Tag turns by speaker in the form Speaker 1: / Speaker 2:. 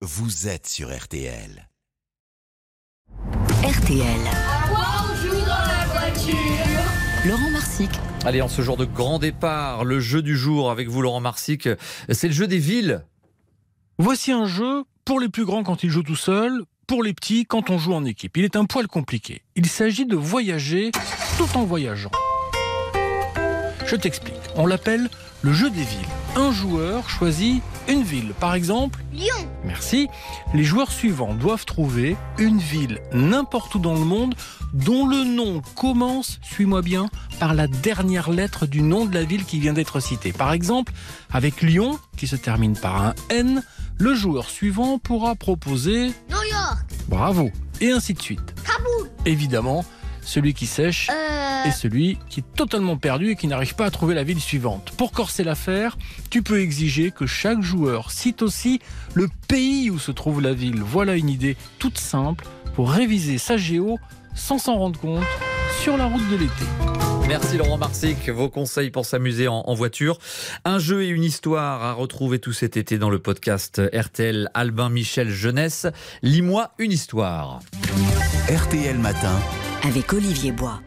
Speaker 1: Vous êtes sur RTL.
Speaker 2: RTL.
Speaker 3: joue dans la voiture.
Speaker 2: Laurent Marsic.
Speaker 4: Allez, en ce jour de grand départ, le jeu du jour avec vous, Laurent Marsic, c'est le jeu des villes.
Speaker 5: Voici un jeu pour les plus grands quand ils jouent tout seuls, pour les petits quand on joue en équipe. Il est un poil compliqué. Il s'agit de voyager tout en voyageant. Je t'explique. On l'appelle le jeu des villes. Un joueur choisit une ville. Par exemple,
Speaker 3: Lyon.
Speaker 5: merci, les joueurs suivants doivent trouver une ville n'importe où dans le monde dont le nom commence, suis-moi bien, par la dernière lettre du nom de la ville qui vient d'être citée. Par exemple, avec Lyon, qui se termine par un N, le joueur suivant pourra proposer
Speaker 3: New York.
Speaker 5: bravo, et ainsi de suite.
Speaker 3: Kaboul.
Speaker 5: Évidemment, celui qui sèche
Speaker 3: Euh.
Speaker 5: et celui qui est totalement perdu et qui n'arrive pas à trouver la ville suivante. Pour corser l'affaire, tu peux exiger que chaque joueur cite aussi le pays où se trouve la ville. Voilà une idée toute simple pour réviser sa géo sans s'en rendre compte sur la route de l'été.
Speaker 4: Merci Laurent Marsic, vos conseils pour s'amuser en, en voiture. Un jeu et une histoire à retrouver tout cet été dans le podcast RTL Albin Michel Jeunesse. Lis-moi une histoire.
Speaker 1: RTL Matin.
Speaker 2: Avec Olivier Bois.